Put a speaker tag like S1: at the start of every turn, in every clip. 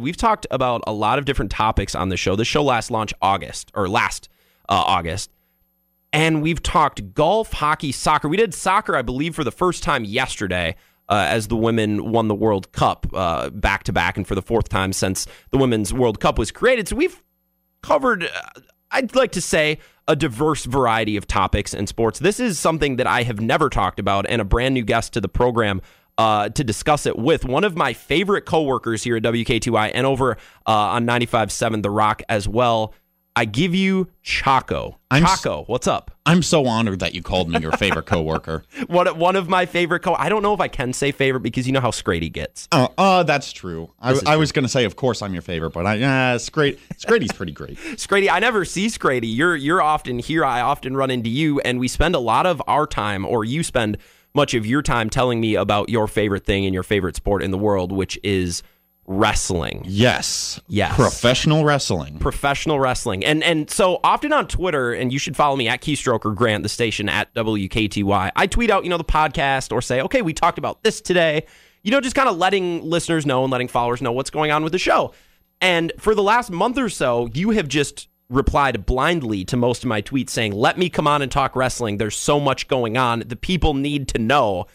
S1: we've talked about a lot of different topics on the show. The show last launched August or last uh, August, and we've talked golf, hockey, soccer. We did soccer, I believe, for the first time yesterday. Uh, as the women won the World Cup uh, back to back, and for the fourth time since the Women's World Cup was created. So we've covered, uh, I'd like to say, a diverse variety of topics in sports. This is something that I have never talked about, and a brand new guest to the program. Uh, to discuss it with one of my favorite coworkers here at WKTY and over uh, on 95.7 The Rock as well. I give you Chaco.
S2: I'm s-
S1: Chaco, what's up?
S2: I'm so honored that you called me your favorite coworker.
S1: One, one of my favorite co. I don't know if I can say favorite because you know how Scrady gets.
S2: Oh, uh, that's true. I,
S1: This is
S2: I was going to say, of course, I'm your favorite, but I, yeah, it's great. It's great. He's pretty great.
S1: Scrady, I never see Scrady. You're you're often here. I often run into you, and we spend a lot of our time, or you spend much of your time, telling me about your favorite thing and your favorite sport in the world, which is wrestling,
S2: Yes.
S1: Yes.
S2: Professional wrestling.
S1: professional wrestling. And and so often on Twitter, and you should follow me at Keystroker Grant, the station at WKTY. I tweet out, you know, the podcast, or say, okay, we talked about this today. You know, just kind of letting listeners know and letting followers know what's going on with the show. And for the last month or so, you have just replied blindly to most of my tweets saying, Let me come on and talk wrestling. There's so much going on. The people need to know.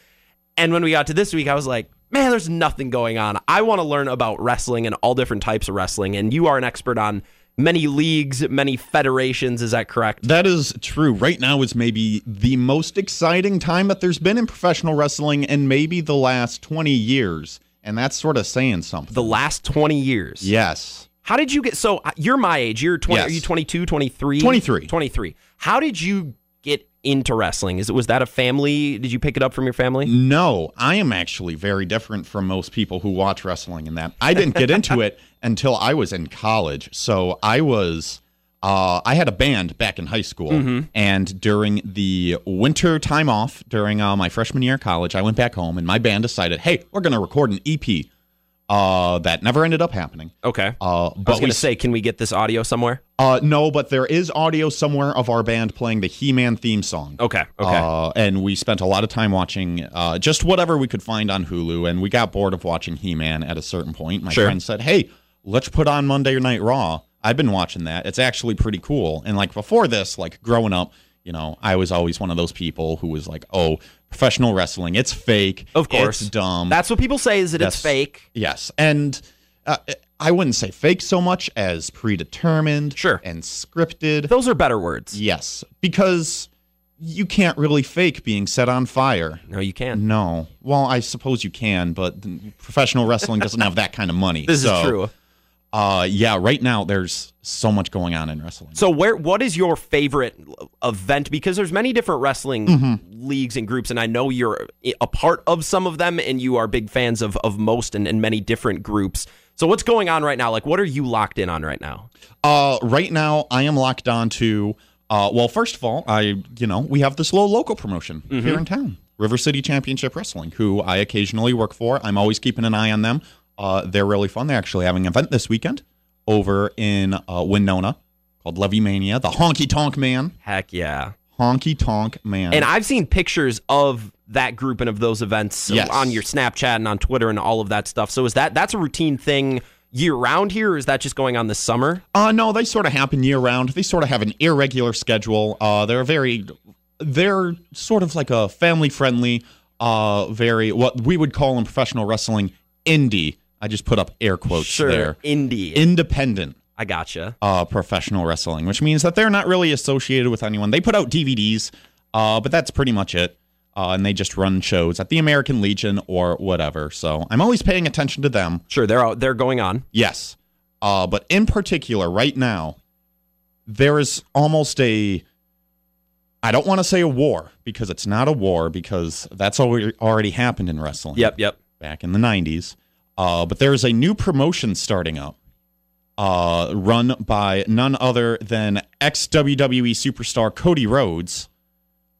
S1: And when we got to this week, I was like, Man, there's nothing going on. I want to learn about wrestling and all different types of wrestling. And you are an expert on many leagues, many federations. Is that correct?
S2: That is true. Right now is maybe the most exciting time that there's been in professional wrestling in maybe the last 20 years. And that's sort of saying something.
S1: The last 20 years.
S2: yes.
S1: How did you get so uh, you're my age, you're 20
S2: Yes.
S1: are you 22, 23?
S2: 23.
S1: 23. How did you get into wrestling? Is it was that a family? Did you pick it up from your family?
S2: Mm, No, I am actually very different from most people who watch wrestling in that I didn't get into it until I was in college. So I was, uh, I had a band back in high school.
S1: Mm-hmm.
S2: And during the winter time off, during uh, my freshman year of college, I went back home and my band decided, hey, we're going to record an EP. Uh, that never ended up happening.
S1: Okay. I
S2: Uh,
S1: was
S2: but
S1: going
S2: we,
S1: to say, can we get this audio somewhere?
S2: uh, no, but there is audio somewhere of our band playing the He Man theme song.
S1: Okay. Okay.
S2: Uh, and we spent a lot of time watching uh, just whatever we could find on Hulu, and we got bored of watching He Man at a certain point. My
S1: Sure.
S2: friend said, Hey, let's put on Monday Night Raw. I've been watching that. It's actually pretty cool. And like before this, like growing up, you know, I was always one of those people who was like, Oh, professional wrestling, it's fake.
S1: of course.
S2: It's dumb.
S1: That's what people say is that it's
S2: Yes.
S1: fake.
S2: Yes, and uh, I wouldn't say fake so much as predetermined,
S1: Sure.
S2: and scripted.
S1: Those are better words.
S2: yes, because you can't really fake being set on fire.
S1: No, you can.
S2: No, well, I suppose you can, but professional wrestling doesn't have that kind of money.
S1: This
S2: So,
S1: is true.
S2: Uh, yeah, right now there's so much going on in wrestling.
S1: So where what is your favorite event because there's many different wrestling
S2: Mm-hmm.
S1: leagues and groups and I know you're a part of some of them and you are big fans of of most and, and many different groups. So what's going on right now? Like what are you locked in on right now?
S2: Uh, right now, I am locked on to. Uh, well, first of all, I you know we have this little local promotion here in town, River City Championship Wrestling, who I occasionally work for. I'm always keeping an eye on them. Uh, they're really fun. They're actually having an event this weekend over in uh, Winona called Levy Mania, the Honky Tonk Man,
S1: Heck yeah.
S2: Honky Tonk Man.
S1: And I've seen pictures of that group and of those events
S2: Yes.
S1: on your Snapchat and on Twitter and all of that stuff. So is that that's a routine thing year round here or is that just going on this summer?
S2: Uh, no, they sort of happen year round. They sort of have an irregular schedule. Uh, they're very, they're sort of like a family friendly, uh, very what we would call in professional wrestling indie. I just put up air quotes Oh, there.
S1: Indie.
S2: Independent
S1: I gotcha.
S2: uh, professional wrestling, which means that they're not really associated with anyone. They put out DVDs, uh, but that's pretty much it. Uh, and they just run shows at the American Legion or whatever. So I'm always paying attention to them.
S1: Sure, they're out, they're going on.
S2: Yes. Uh, but in particular, right now, there is almost a. I don't want to say a war because it's not a war because that's already already happened in wrestling
S1: Yep, yep.
S2: back in the 90s. Uh, but there is a new promotion starting up uh, run by none other than ex WWE E superstar Cody Rhodes,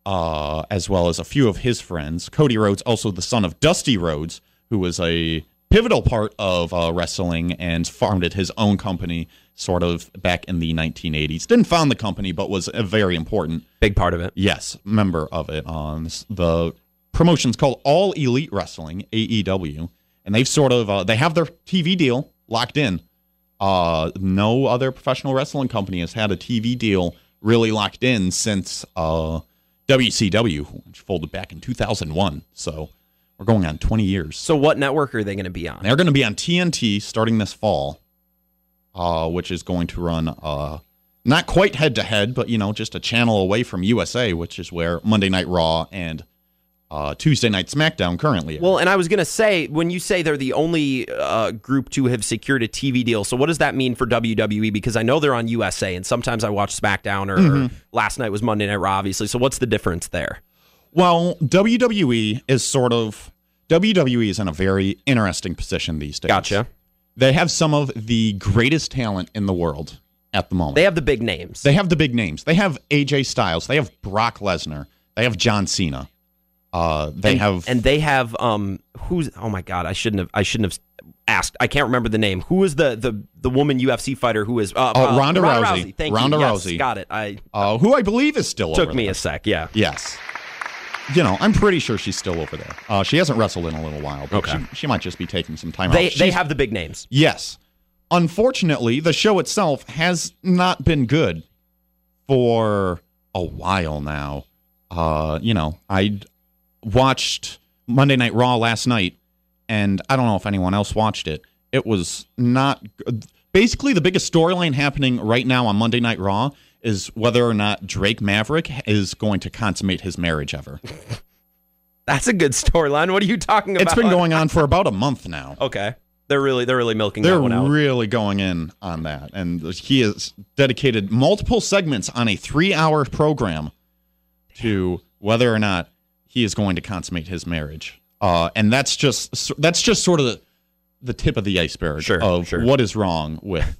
S2: uh, as well as a few of his friends. Cody Rhodes, also the son of Dusty Rhodes, who was a pivotal part of uh, wrestling and founded his own company sort of back in the 1980s. Didn't found the company, but was a very important
S1: Big part of it.
S2: Yes, member of it on s- the E promotion's called All Elite Wrestling (AEW), and they've sort of uh, they have their TV deal locked in. Uh, no other professional wrestling company has had a TV deal really locked in since uh, WCW, which folded back in 2001. So we're going on 20 years.
S1: So what network are they going to be on?
S2: They're going to be on TNT starting this fall, uh, which is going to run uh, not quite head to head, but you know, just a channel away from USA, which is where Monday Night Raw and uh, Tuesday Night SmackDown currently. Are.
S1: Well, and I was going to say when you say they're the only uh, group to have secured a TV deal, so what does that mean for WWE? Because I know they're on USA, and sometimes I watch SmackDown, or, or
S2: Mm-hmm.
S1: last night was Monday Night Raw, obviously. So what's the difference there?
S2: well, WWE is sort of WWE is in a very interesting position these days.
S1: Gotcha.
S2: They have some of the greatest talent in the world at the moment.
S1: They have the big names.
S2: They have the big names. They have AJ Styles. They have Brock Lesnar. They have John Cena. Uh, they
S1: and,
S2: have
S1: and they have um who's oh my god I shouldn't have I shouldn't have asked I can't remember the name who is the the the woman UFC fighter who is uh, uh,
S2: Oh, Ronda Rousey.
S1: Thank you.
S2: Ronda
S1: Yes,
S2: Rousey.
S1: got it I
S2: uh, who I believe is still
S1: took
S2: over
S1: me
S2: there.
S1: a sec yeah
S2: yes. You know, I'm pretty sure she's still over there. Uh, she hasn't wrestled in a little while, but
S1: Okay.
S2: she, she might just be taking some time
S1: they
S2: out.
S1: they
S2: She's-
S1: have the big names
S2: Yes. Unfortunately, the show itself has not been good for a while now. Uh, you know, I watched Monday Night Raw last night, and I don't know if anyone else watched it. It was not good. Basically, the biggest storyline happening right now on Monday Night Raw is whether or not Drake Maverick is going to consummate his marriage ever.
S1: that's a good storyline what are you talking about
S2: It's been going on for about a month now.
S1: okay they're really they're really milking
S2: They're
S1: that one out
S2: really going in on that. And he has dedicated multiple segments on a three hour program to whether or not he is going to consummate his marriage. Uh, and that's just that's just sort of the, the tip of the iceberg
S1: Sure,
S2: of
S1: sure.
S2: what is wrong with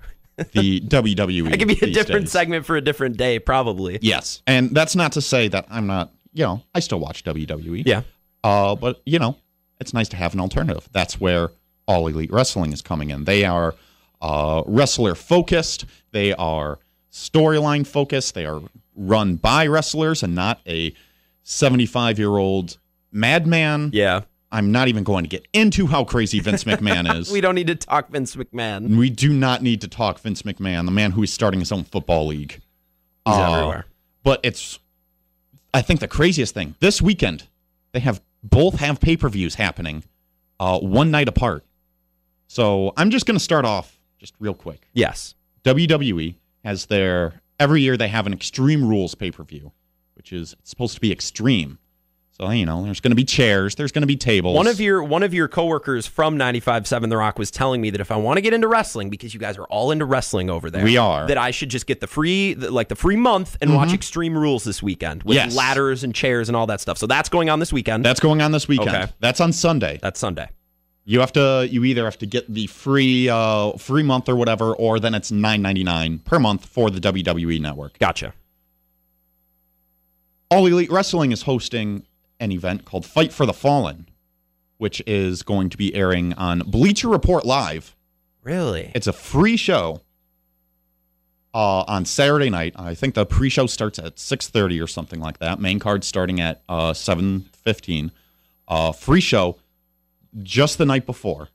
S2: the WWE.
S1: it could be a
S2: these
S1: different
S2: days.
S1: segment for a different day probably
S2: Yes. And that's not to say that I'm not, you know, I still watch WWE.
S1: yeah
S2: Uh, but you know, it's nice to have an alternative. That's where all elite wrestling is coming in. They are uh, wrestler focused. They are storyline focused. They are run by wrestlers and not a seventy-five-year-old madman.
S1: yeah
S2: I'm not even going to get into how crazy Vince McMahon is.
S1: we don't need to talk Vince McMahon he's
S2: we do not need to talk Vince McMahon, the man who is starting his own football league. Uh,
S1: everywhere
S2: but it's I think the craziest thing this weekend they have both have pay per views happening uh, one night apart. So I'm just going to start off just real quick.
S1: yes
S2: WWE has their every year they have an Extreme Rules pay per view, which is it's supposed to be extreme. So you know there's going to be chairs, there's going to be tables.
S1: One of your one of your coworkers from 95.7 The Rock was telling me that if I want to get into wrestling, because you guys are all into wrestling over there,
S2: We are. Mm-hmm.
S1: that I should just get the free the, like the free month and watch Extreme Rules this weekend with
S2: Yes.
S1: ladders and chairs and all that stuff. So that's going on this weekend.
S2: that's going on this weekend.
S1: Okay.
S2: That's on Sunday.
S1: that's Sunday.
S2: You have to you either have to get the free uh, free month or whatever, or then it's 9.99 per month for the WWE network.
S1: Gotcha.
S2: All Elite Wrestling is hosting an event called Fight for the Fallen, which is going to be airing on Bleacher Report Live.
S1: Really?
S2: It's a free show uh, on Saturday night. I think the pre-show starts at 6:30 or something like that. Main card starting at uh, 7:15. Uh, free show just the night before.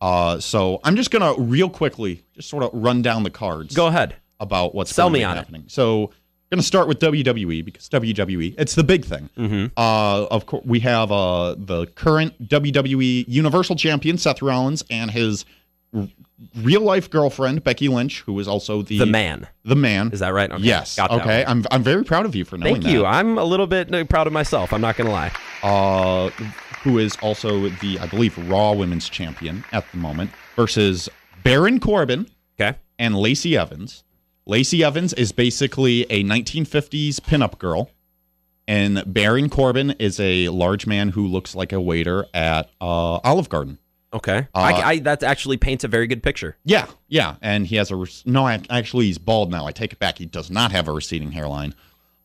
S2: Uh, so I'm just gonna real quickly just sort of run down the cards
S1: Go ahead.
S2: about what's
S1: Sell me
S2: going to be
S1: on it.
S2: happening. So I'm gonna start with WWE because WWE it's the big thing.
S1: Mm-hmm.
S2: Uh, of course, we have uh, the current WWE Universal Champion Seth Rollins and his r- real life girlfriend Becky Lynch, who is also the
S1: The man.
S2: The man.
S1: Is that right? Okay.
S2: Yes.
S1: Got that
S2: okay.
S1: one.
S2: I'm I'm very proud of you for knowing
S1: Thank you.
S2: that.
S1: I'm a little bit uh, proud of myself. I'm not going to lie.
S2: Uh, who is also the I believe Raw Women's Champion at the moment versus Baron Corbin
S1: Okay.
S2: and Lacey Evans. Lacey Evans is basically a 1950s pinup girl, and Baron Corbin is a large man who looks like a waiter at uh, Olive Garden.
S1: Okay.
S2: Uh,
S1: I, I, that actually paints a very good picture.
S2: Yeah, yeah, and he has a rec- no. I, actually, he's bald now. I take it back. He does not have a receding hairline.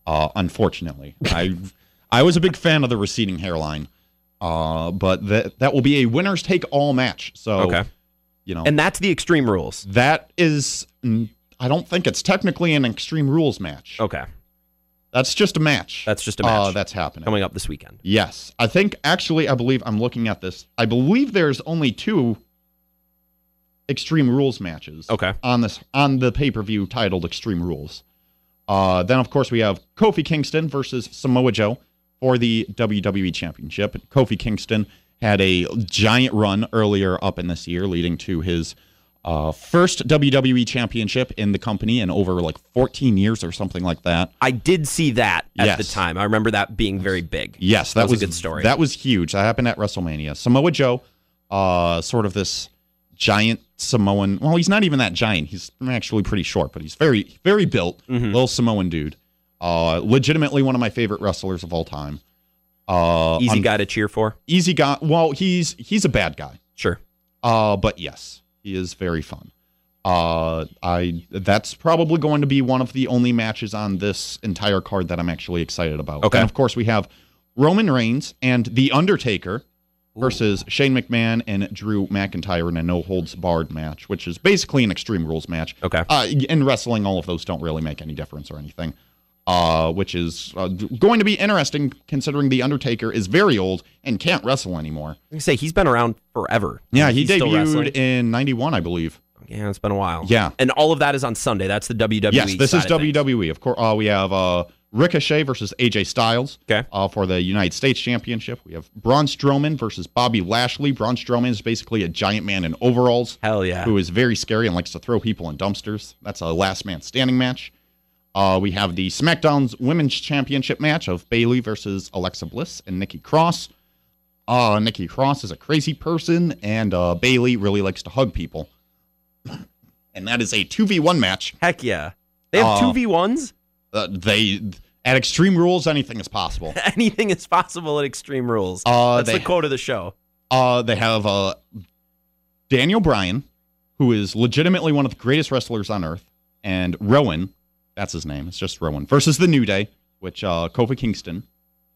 S2: Uh, unfortunately, I I was a big fan of the receding hairline, uh, but that that will be a winners take all match. So
S1: Okay.
S2: you know,
S1: And that's the extreme rules.
S2: that is. mm, I don't think it's technically an Extreme Rules match.
S1: Okay.
S2: That's just a match.
S1: That's just a match
S2: Mm-hmm. Uh, that's happening.
S1: coming up this weekend.
S2: Yes. I think, actually, I believe I'm looking at this. I believe there's only two Extreme Rules matches.
S1: Okay.
S2: On this on the pay per view titled Extreme Rules. Uh, then of course we have Kofi Kingston versus Samoa Joe for the WWE Championship. Kofi Kingston had a giant run earlier up in this year, leading to his uh, first WWE Championship in the company in over like 14 years or something like that.
S1: I did see that at the
S2: Yes.
S1: time. I remember that being very big.
S2: Yes, that,
S1: That was a good story.
S2: That was huge. That happened at WrestleMania. Samoa Joe, uh, sort of this giant Samoan. Well, he's not even that giant. He's actually pretty short, but he's very, very built,
S1: Mm-hmm.
S2: little Samoan dude. Uh, legitimately one of my favorite wrestlers of all time. Uh,
S1: Easy
S2: un-
S1: guy to cheer for.
S2: easy guy. Well, he's he's a bad guy.
S1: Sure.
S2: Uh, but yes, he is very fun. Uh, I that's probably going to be one of the only matches on this entire card that I'm actually excited about.
S1: Okay.
S2: And of course, we have Roman Reigns and The Undertaker versus Shane McMahon and Drew McIntyre in a no holds barred match, which is basically an Extreme Rules match.
S1: Okay.
S2: Uh, in wrestling, all of those don't really make any difference or anything. Uh, which is uh, going to be interesting considering The Undertaker is very old and can't wrestle anymore.
S1: I can say he's been around forever.
S2: Yeah, he
S1: He's still wrestling.
S2: debuted in 91, I believe.
S1: Yeah, it's been a while.
S2: Yeah.
S1: And all of that is on Sunday. That's the WWE.
S2: Yes, this
S1: side
S2: is
S1: of things.
S2: WWE. Of course, uh, we have uh, Ricochet versus AJ Styles
S1: Okay.
S2: uh, for the United States Championship. We have Braun Strowman versus Bobby Lashley. Braun Strowman is basically a giant man in overalls
S1: Hell yeah.
S2: who is very scary and likes to throw people in dumpsters. That's a last man standing match. Uh, we have the SmackDown's Women's Championship match of Bailey versus Alexa Bliss and Nikki Cross. Uh, Nikki Cross is a crazy person, and uh, Bailey really likes to hug people. and that is a 2v1 match.
S1: Heck yeah. They have
S2: Uh,
S1: two v ones.
S2: Uh, they at Extreme Rules, anything is possible.
S1: Anything is possible at Extreme Rules.
S2: Uh,
S1: That's
S2: they,
S1: the quote of the show.
S2: uh, they have uh, Daniel Bryan, who is legitimately one of the greatest wrestlers on earth, and Rowan, that's his name. It's just Rowan versus the New Day, which uh, Kofi Kingston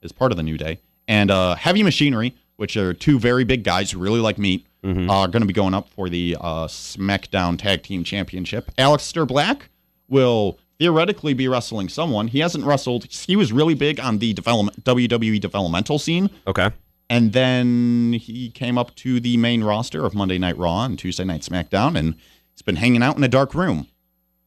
S2: is part of the New Day, and uh, Heavy Machinery, which are two very big guys who really like meat,
S1: Mm-hmm.
S2: are going to be going up for the uh, SmackDown Tag Team Championship. Aleister Black will theoretically be wrestling someone. He hasn't wrestled. He was really big on the development WWE developmental scene.
S1: Okay.
S2: And then he came up to the main roster of Monday Night Raw and Tuesday Night SmackDown, and he's been hanging out in a dark room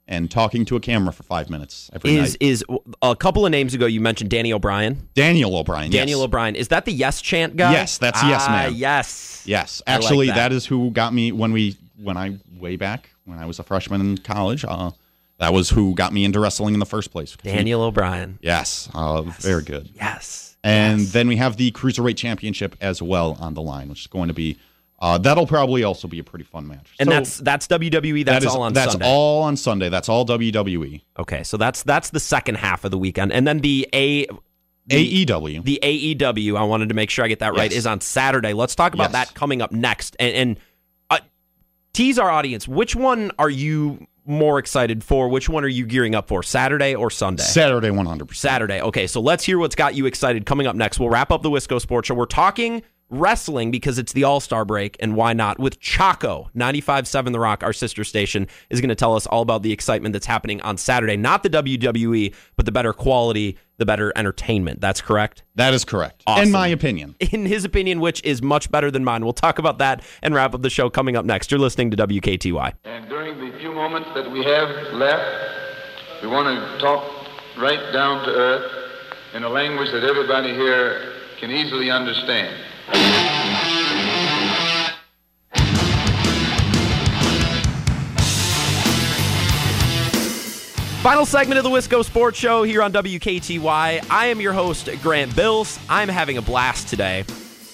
S2: and talking to a camera for five minutes every
S1: Is
S2: night.
S1: is a couple of names ago you mentioned Danny O'Brien.
S2: Daniel O'Brien.
S1: Daniel
S2: yes.
S1: O'Brien. Is that the yes chant guy?
S2: Yes, that's yes,
S1: Ah,
S2: ma'am.
S1: Yes.
S2: Yes,
S1: I like
S2: actually,
S1: that.
S2: that is who got me when we when I way back when I was a freshman in college. Uh, that was who got me into wrestling in the first place.
S1: Daniel O'Brien.
S2: Yes, uh, very good.
S1: Yes.
S2: And
S1: Yes.
S2: then we have the Cruiserweight Championship as well on the line, which is going to be uh, that'll probably also be a pretty fun match.
S1: and
S2: So
S1: that's that's WWE. That's
S2: that is-
S1: all on
S2: that's
S1: Sunday.
S2: all on Sunday. That's all E. WWE.
S1: okay, so that's that's the second half of the weekend, and then the a
S2: AEW.
S1: the AEW. I wanted to make sure I get that right.
S2: Yes.
S1: Is on Saturday. Let's talk about
S2: Yes.
S1: that coming up next, and, and uh, tease our audience. Which one are you more excited for? Which one are you gearing up for? Saturday or Sunday?
S2: Saturday 100%.
S1: Saturday. Okay, so let's hear what's got you excited coming up next. We'll wrap up the Wisco Sports Show. We're talking wrestling because it's the All Star break, and why not? With Chaco, 95.7 The Rock, our sister station, is going to tell us all about the excitement that's happening on Saturday. Not the WWE, but the better quality, the better entertainment. That's correct?
S2: That is correct.
S1: Awesome.
S2: In my opinion.
S1: In his opinion, which is much better than mine. We'll talk about that and wrap up the show coming up next. You're listening to WKTY.
S3: And during the few moments that we have left, we want to talk right down to earth in a language that everybody here can easily understand.
S1: Final segment of the Wisco Sports Show here on WKTY. I am your host, Grant Bills. I'm having a blast today.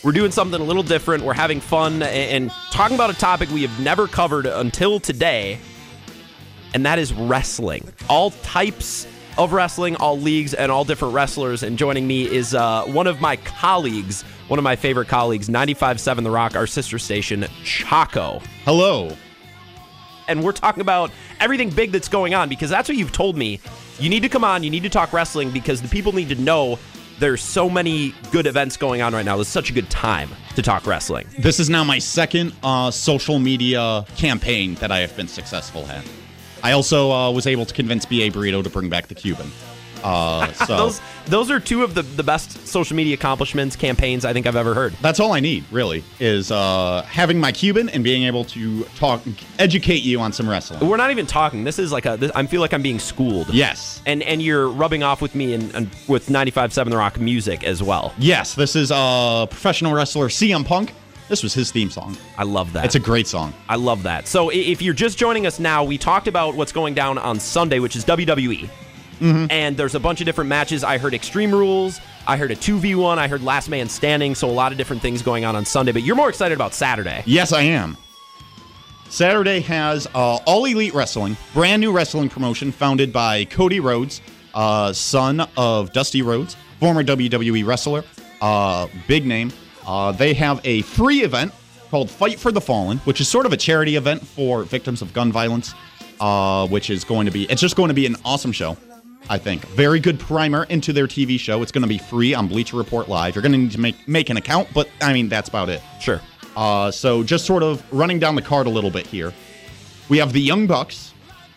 S1: We're doing something a little different. We're having fun a- and talking about a topic we have never covered until today, and that is wrestling. All types of wrestling, all leagues, and all different wrestlers. And joining me is uh, one of my colleagues, one of my favorite colleagues, 95.7 The Rock, our sister station, Chaco
S2: Hello.
S1: and we're talking about everything big that's going on because that's what you've told me. You need to come on, you need to talk wrestling because the people need to know there's so many good events going on right now. It's such a good time to talk wrestling.
S2: This is now my second uh, social media campaign that I have been successful at. I also uh, was able to convince BA Burrito to bring back the Cuban. Uh, so
S1: Those those are two of the, the best social media accomplishments campaigns I think I've ever heard.
S2: that's all I need, really, is uh, having my Cuban and being able to talk, educate you on some wrestling.
S1: We're not even talking. This is like a. This, I feel like I'm being schooled.
S2: Yes.
S1: And and you're rubbing off with me and, and with 95.7 The Rock music as well.
S2: Yes, this is uh, professional wrestler CM Punk. This was his theme song.
S1: I love that.
S2: It's a great song.
S1: I love that. So i- if you're just joining us now, we talked about what's going down on Sunday, which is WWE.
S2: Mm-hmm.
S1: And there's a bunch of different matches. I heard Extreme Rules. I heard a 2v1. I heard Last Man Standing. So a lot of different things going on on Sunday. But you're more excited about Saturday.
S2: Yes, I am. Saturday has uh, All Elite Wrestling, brand new wrestling promotion founded by Cody Rhodes, uh, son of Dusty Rhodes, former WWE wrestler, uh, big name. Uh, they have a free event called Fight for the Fallen, which is sort of a charity event for victims of gun violence, uh, which is going to be, it's just going to be an awesome show. I think very good primer into their TV show. It's going to be free on Bleacher Report Live. You're going to need to make make an account, but I mean that's about it.
S1: Sure.
S2: Uh, so just sort of running down the card a little bit here. We have the Young Bucks,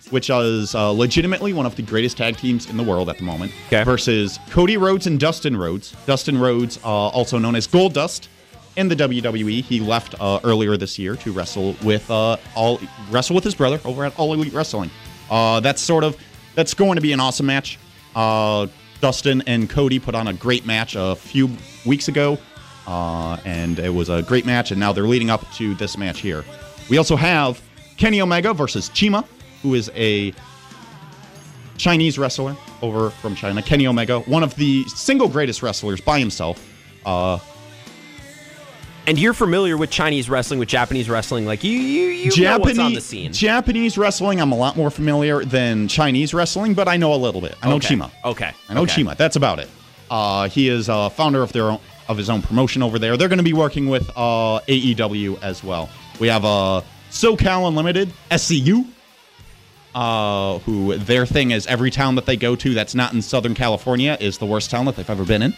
S2: which is uh, legitimately one of the greatest tag teams in the world at the moment,
S1: Okay.
S2: versus Cody Rhodes and Dustin Rhodes. Dustin Rhodes, uh, also known as Gold Dust, in the WWE, he left uh, earlier this year to wrestle with uh, all wrestle with his brother over at All Elite Wrestling. Uh, that's sort of that's going to be an awesome match. Uh, Dustin and Cody put on a great match a few weeks ago, uh, and it was a great match. And now they're leading up to this match here. We also have Kenny Omega versus Chima, who is a Chinese wrestler over from China, Kenny Omega, one of the single greatest wrestlers by himself. Uh,
S1: And you're familiar with Chinese wrestling, with Japanese wrestling. Like you, you, you know what's on the scene.
S2: Japanese wrestling, I'm a lot more familiar than Chinese wrestling, but I know a little bit. I know
S1: Okay.
S2: Chima.
S1: Okay.
S2: I know
S1: Okay.
S2: Chima. That's about it. Uh, he is uh, founder of their own, of his own promotion over there. They're going to be working with uh, AEW as well. We have uh, SoCal Unlimited SCU, uh, who their thing is every town that they go to that's not in Southern California is the worst town that they've ever been in.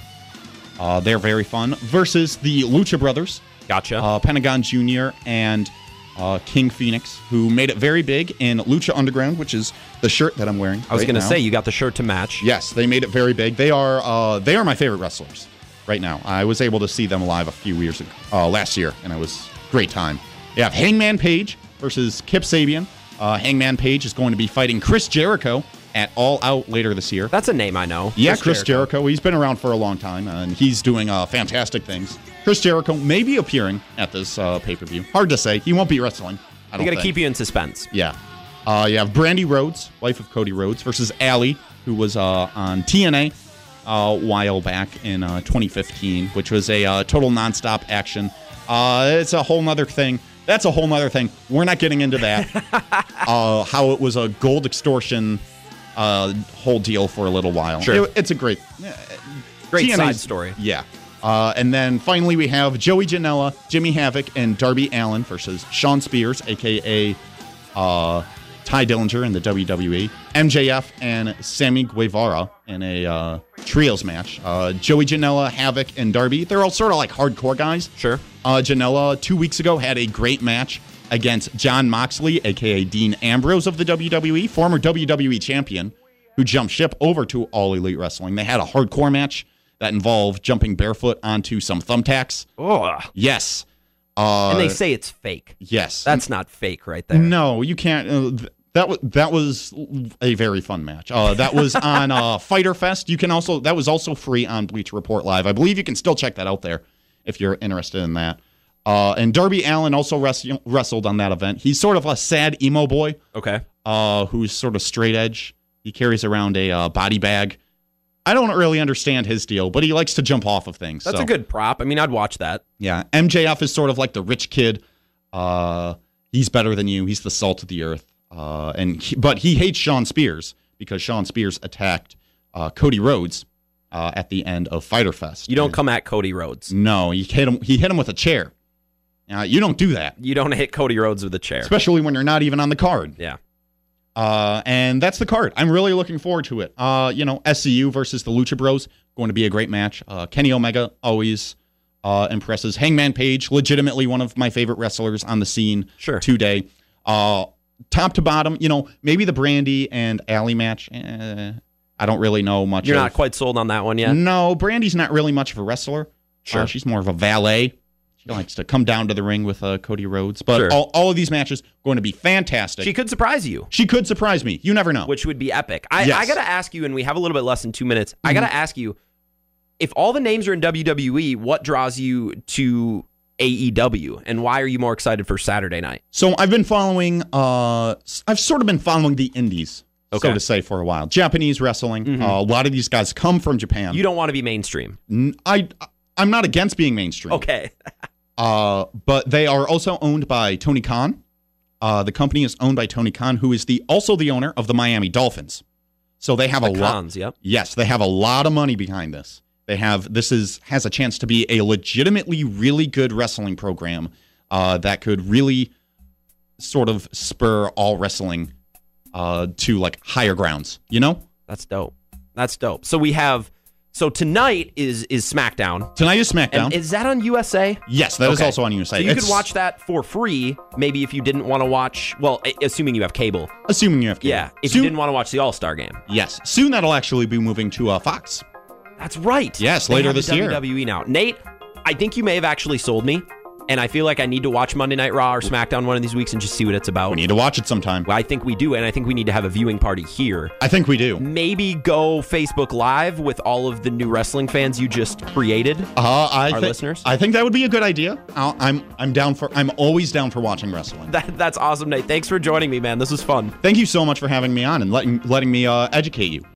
S2: Uh, they're very fun. Versus the Lucha Brothers,
S1: Gotcha.
S2: uh, Pentagon Jr. and uh, King Phoenix, who made it very big in Lucha Underground, which is the shirt that I'm wearing.
S1: I was
S2: right
S1: gonna
S2: now.
S1: say you got the shirt to match.
S2: Yes, they made it very big. They are uh, they are my favorite wrestlers right now. I was able to see them live a few years ago, uh, last year, and it was great time. You have Hangman Page versus Kip Sabian. Uh, Hangman Page is going to be fighting Chris Jericho at All Out later this year.
S1: That's a name I know.
S2: Yeah, Chris Jericho. He's been around for a long time, and he's doing uh, fantastic things. Chris Jericho may be appearing at this uh, pay per view. Hard to say. He won't be wrestling.
S1: They
S2: I don't
S1: gotta
S2: think.
S1: keep you in suspense.
S2: Yeah. Uh, you have Brandy Rhodes, wife of Cody Rhodes, versus Allie, who was uh, on TNA uh, a while back in uh, 2015, which was a uh, total nonstop action. Uh, it's a whole nother thing. That's a whole nother thing. We're not getting into that. uh, how it was a gold extortion uh, whole deal for a little while.
S1: Sure.
S2: It- it's a great, uh,
S1: Great
S2: TNA's
S1: side story.
S2: Yeah. Uh, and then finally, we have Joey Janela, Jimmy Havoc, and Darby Allen versus Sean Spears, aka uh, Ty Dillinger in the E, WWE, MJF, and Sammy Guevara in a uh, trios match. Uh, Joey Janela, Havoc, and Darby, they're all sort of like hardcore guys.
S1: Sure.
S2: Uh, Janela, two weeks ago, had a great match against John Moxley, aka Dean Ambrose of the WWE, former WWE champion, who jumped ship over to All Elite Wrestling. They had a hardcore match that involved jumping barefoot onto some thumbtacks.
S1: Ugh.
S2: Yes. Uh,
S1: And they say it's fake.
S2: yes.
S1: That's not fake, right there.
S2: No, you can't. Uh, th- that was that was a very fun match. Uh, that was on uh, Fighter Fest. You can also that was also free on Bleach Report Live. I believe you can still check that out there if you're interested in that. Uh, and Darby Allen also wrest- wrestled on that event. He's sort of a sad emo boy
S1: Okay.
S2: uh, who's sort of straight edge. He carries around a uh, body bag. I don't really understand his deal, but he likes to jump off of things.
S1: That's
S2: so.
S1: a good prop. I mean, I'd watch that.
S2: Yeah, MJF is sort of like the rich kid. Uh, he's better than you. He's the salt of the earth. Uh, and he- but he hates Sean Spears because Sean Spears attacked uh, Cody Rhodes uh, at the end of Fighter Fest.
S1: You don't come at Cody Rhodes.
S2: No, he hit him. He hit him with a chair. Uh, you don't do that,
S1: You don't hit Cody Rhodes with a chair.
S2: especially when you're not even on the card.
S1: Yeah.
S2: Uh, and that's the card. I'm really looking forward to it. Uh, you know, SCU versus the Lucha Bros going to be a great match. Uh, Kenny Omega always uh, impresses. Hangman Page, legitimately one of my favorite wrestlers on the scene
S1: Sure.
S2: today. Uh, top to bottom, you know, maybe the Brandy and Alley match. eh, I I don't really know much.
S1: You're
S2: of-
S1: not quite sold on that one yet.
S2: No, Brandy's not really much of a wrestler.
S1: Sure.
S2: Uh, she's more of a valet. She likes to come down to the ring with uh, Cody Rhodes. But
S1: Hmm. Sure.
S2: all, all of these matches going to be fantastic.
S1: She
S2: She,
S1: could surprise you,
S2: could surprise me. You never know.
S1: which would be epic. I,
S2: Yes. Mm-hmm.
S1: I got to ask you, and we have a little bit less than two minutes. I got to ask you, if all the names are in WWE, what draws you to AEW, and why are you more excited for Saturday night?
S2: So I've been following. Uh, s- I've sort of been following the indies,
S1: Okay. Mm-hmm.
S2: so to say, for a while. Japanese wrestling. Uh, a lot of these guys come from Japan.
S1: You don't want to be mainstream.
S2: N- I. I'm not against being mainstream.
S1: Okay.
S2: Uh, but they are also owned by Tony Khan. Uh, the company is owned by Tony Khan, who is the also the owner of the Miami Dolphins. So they have a
S1: The
S2: lot.
S1: cons, yep.
S2: Yes, they have a lot of money behind this. They have this is has a chance to be a legitimately really good wrestling program uh, that could really sort of spur all wrestling uh, to like higher grounds. You know,
S1: That's dope. That's dope. So we have so tonight is is SmackDown.
S2: tonight is SmackDown.
S1: And is that on USA?
S2: yes, that is
S1: Okay.
S2: also on
S1: So
S2: USA.
S1: you
S2: It's-
S1: could watch that for free, maybe if you didn't want to watch. Well, a- assuming you have cable.
S2: assuming you have cable.
S1: Yeah. If you
S2: Soon-
S1: didn't want to watch the All Star game.
S2: yes, soon that'll actually be moving to uh, Fox.
S1: That's right.
S2: Yes,
S1: They
S2: later
S1: have the
S2: this year.
S1: WWE now. Nate, I think you may have actually sold me, and I feel like I need to watch Monday Night Raw or SmackDown one of these weeks and just see what it's about.
S2: We need to watch it sometime.
S1: Well, I think we do, and I think we need to have a viewing party here.
S2: I think we do.
S1: Maybe go Facebook Live with all of the new wrestling fans you just created.
S2: Uh, I
S1: Our
S2: thi-
S1: listeners?
S2: I think that would be a good idea. I'll, I'm I'm down for I'm always down for watching wrestling.
S1: That, that's awesome, Nate. Thanks for joining me, man. This was fun.
S2: Thank you so much for having me on and letting letting me uh, educate you.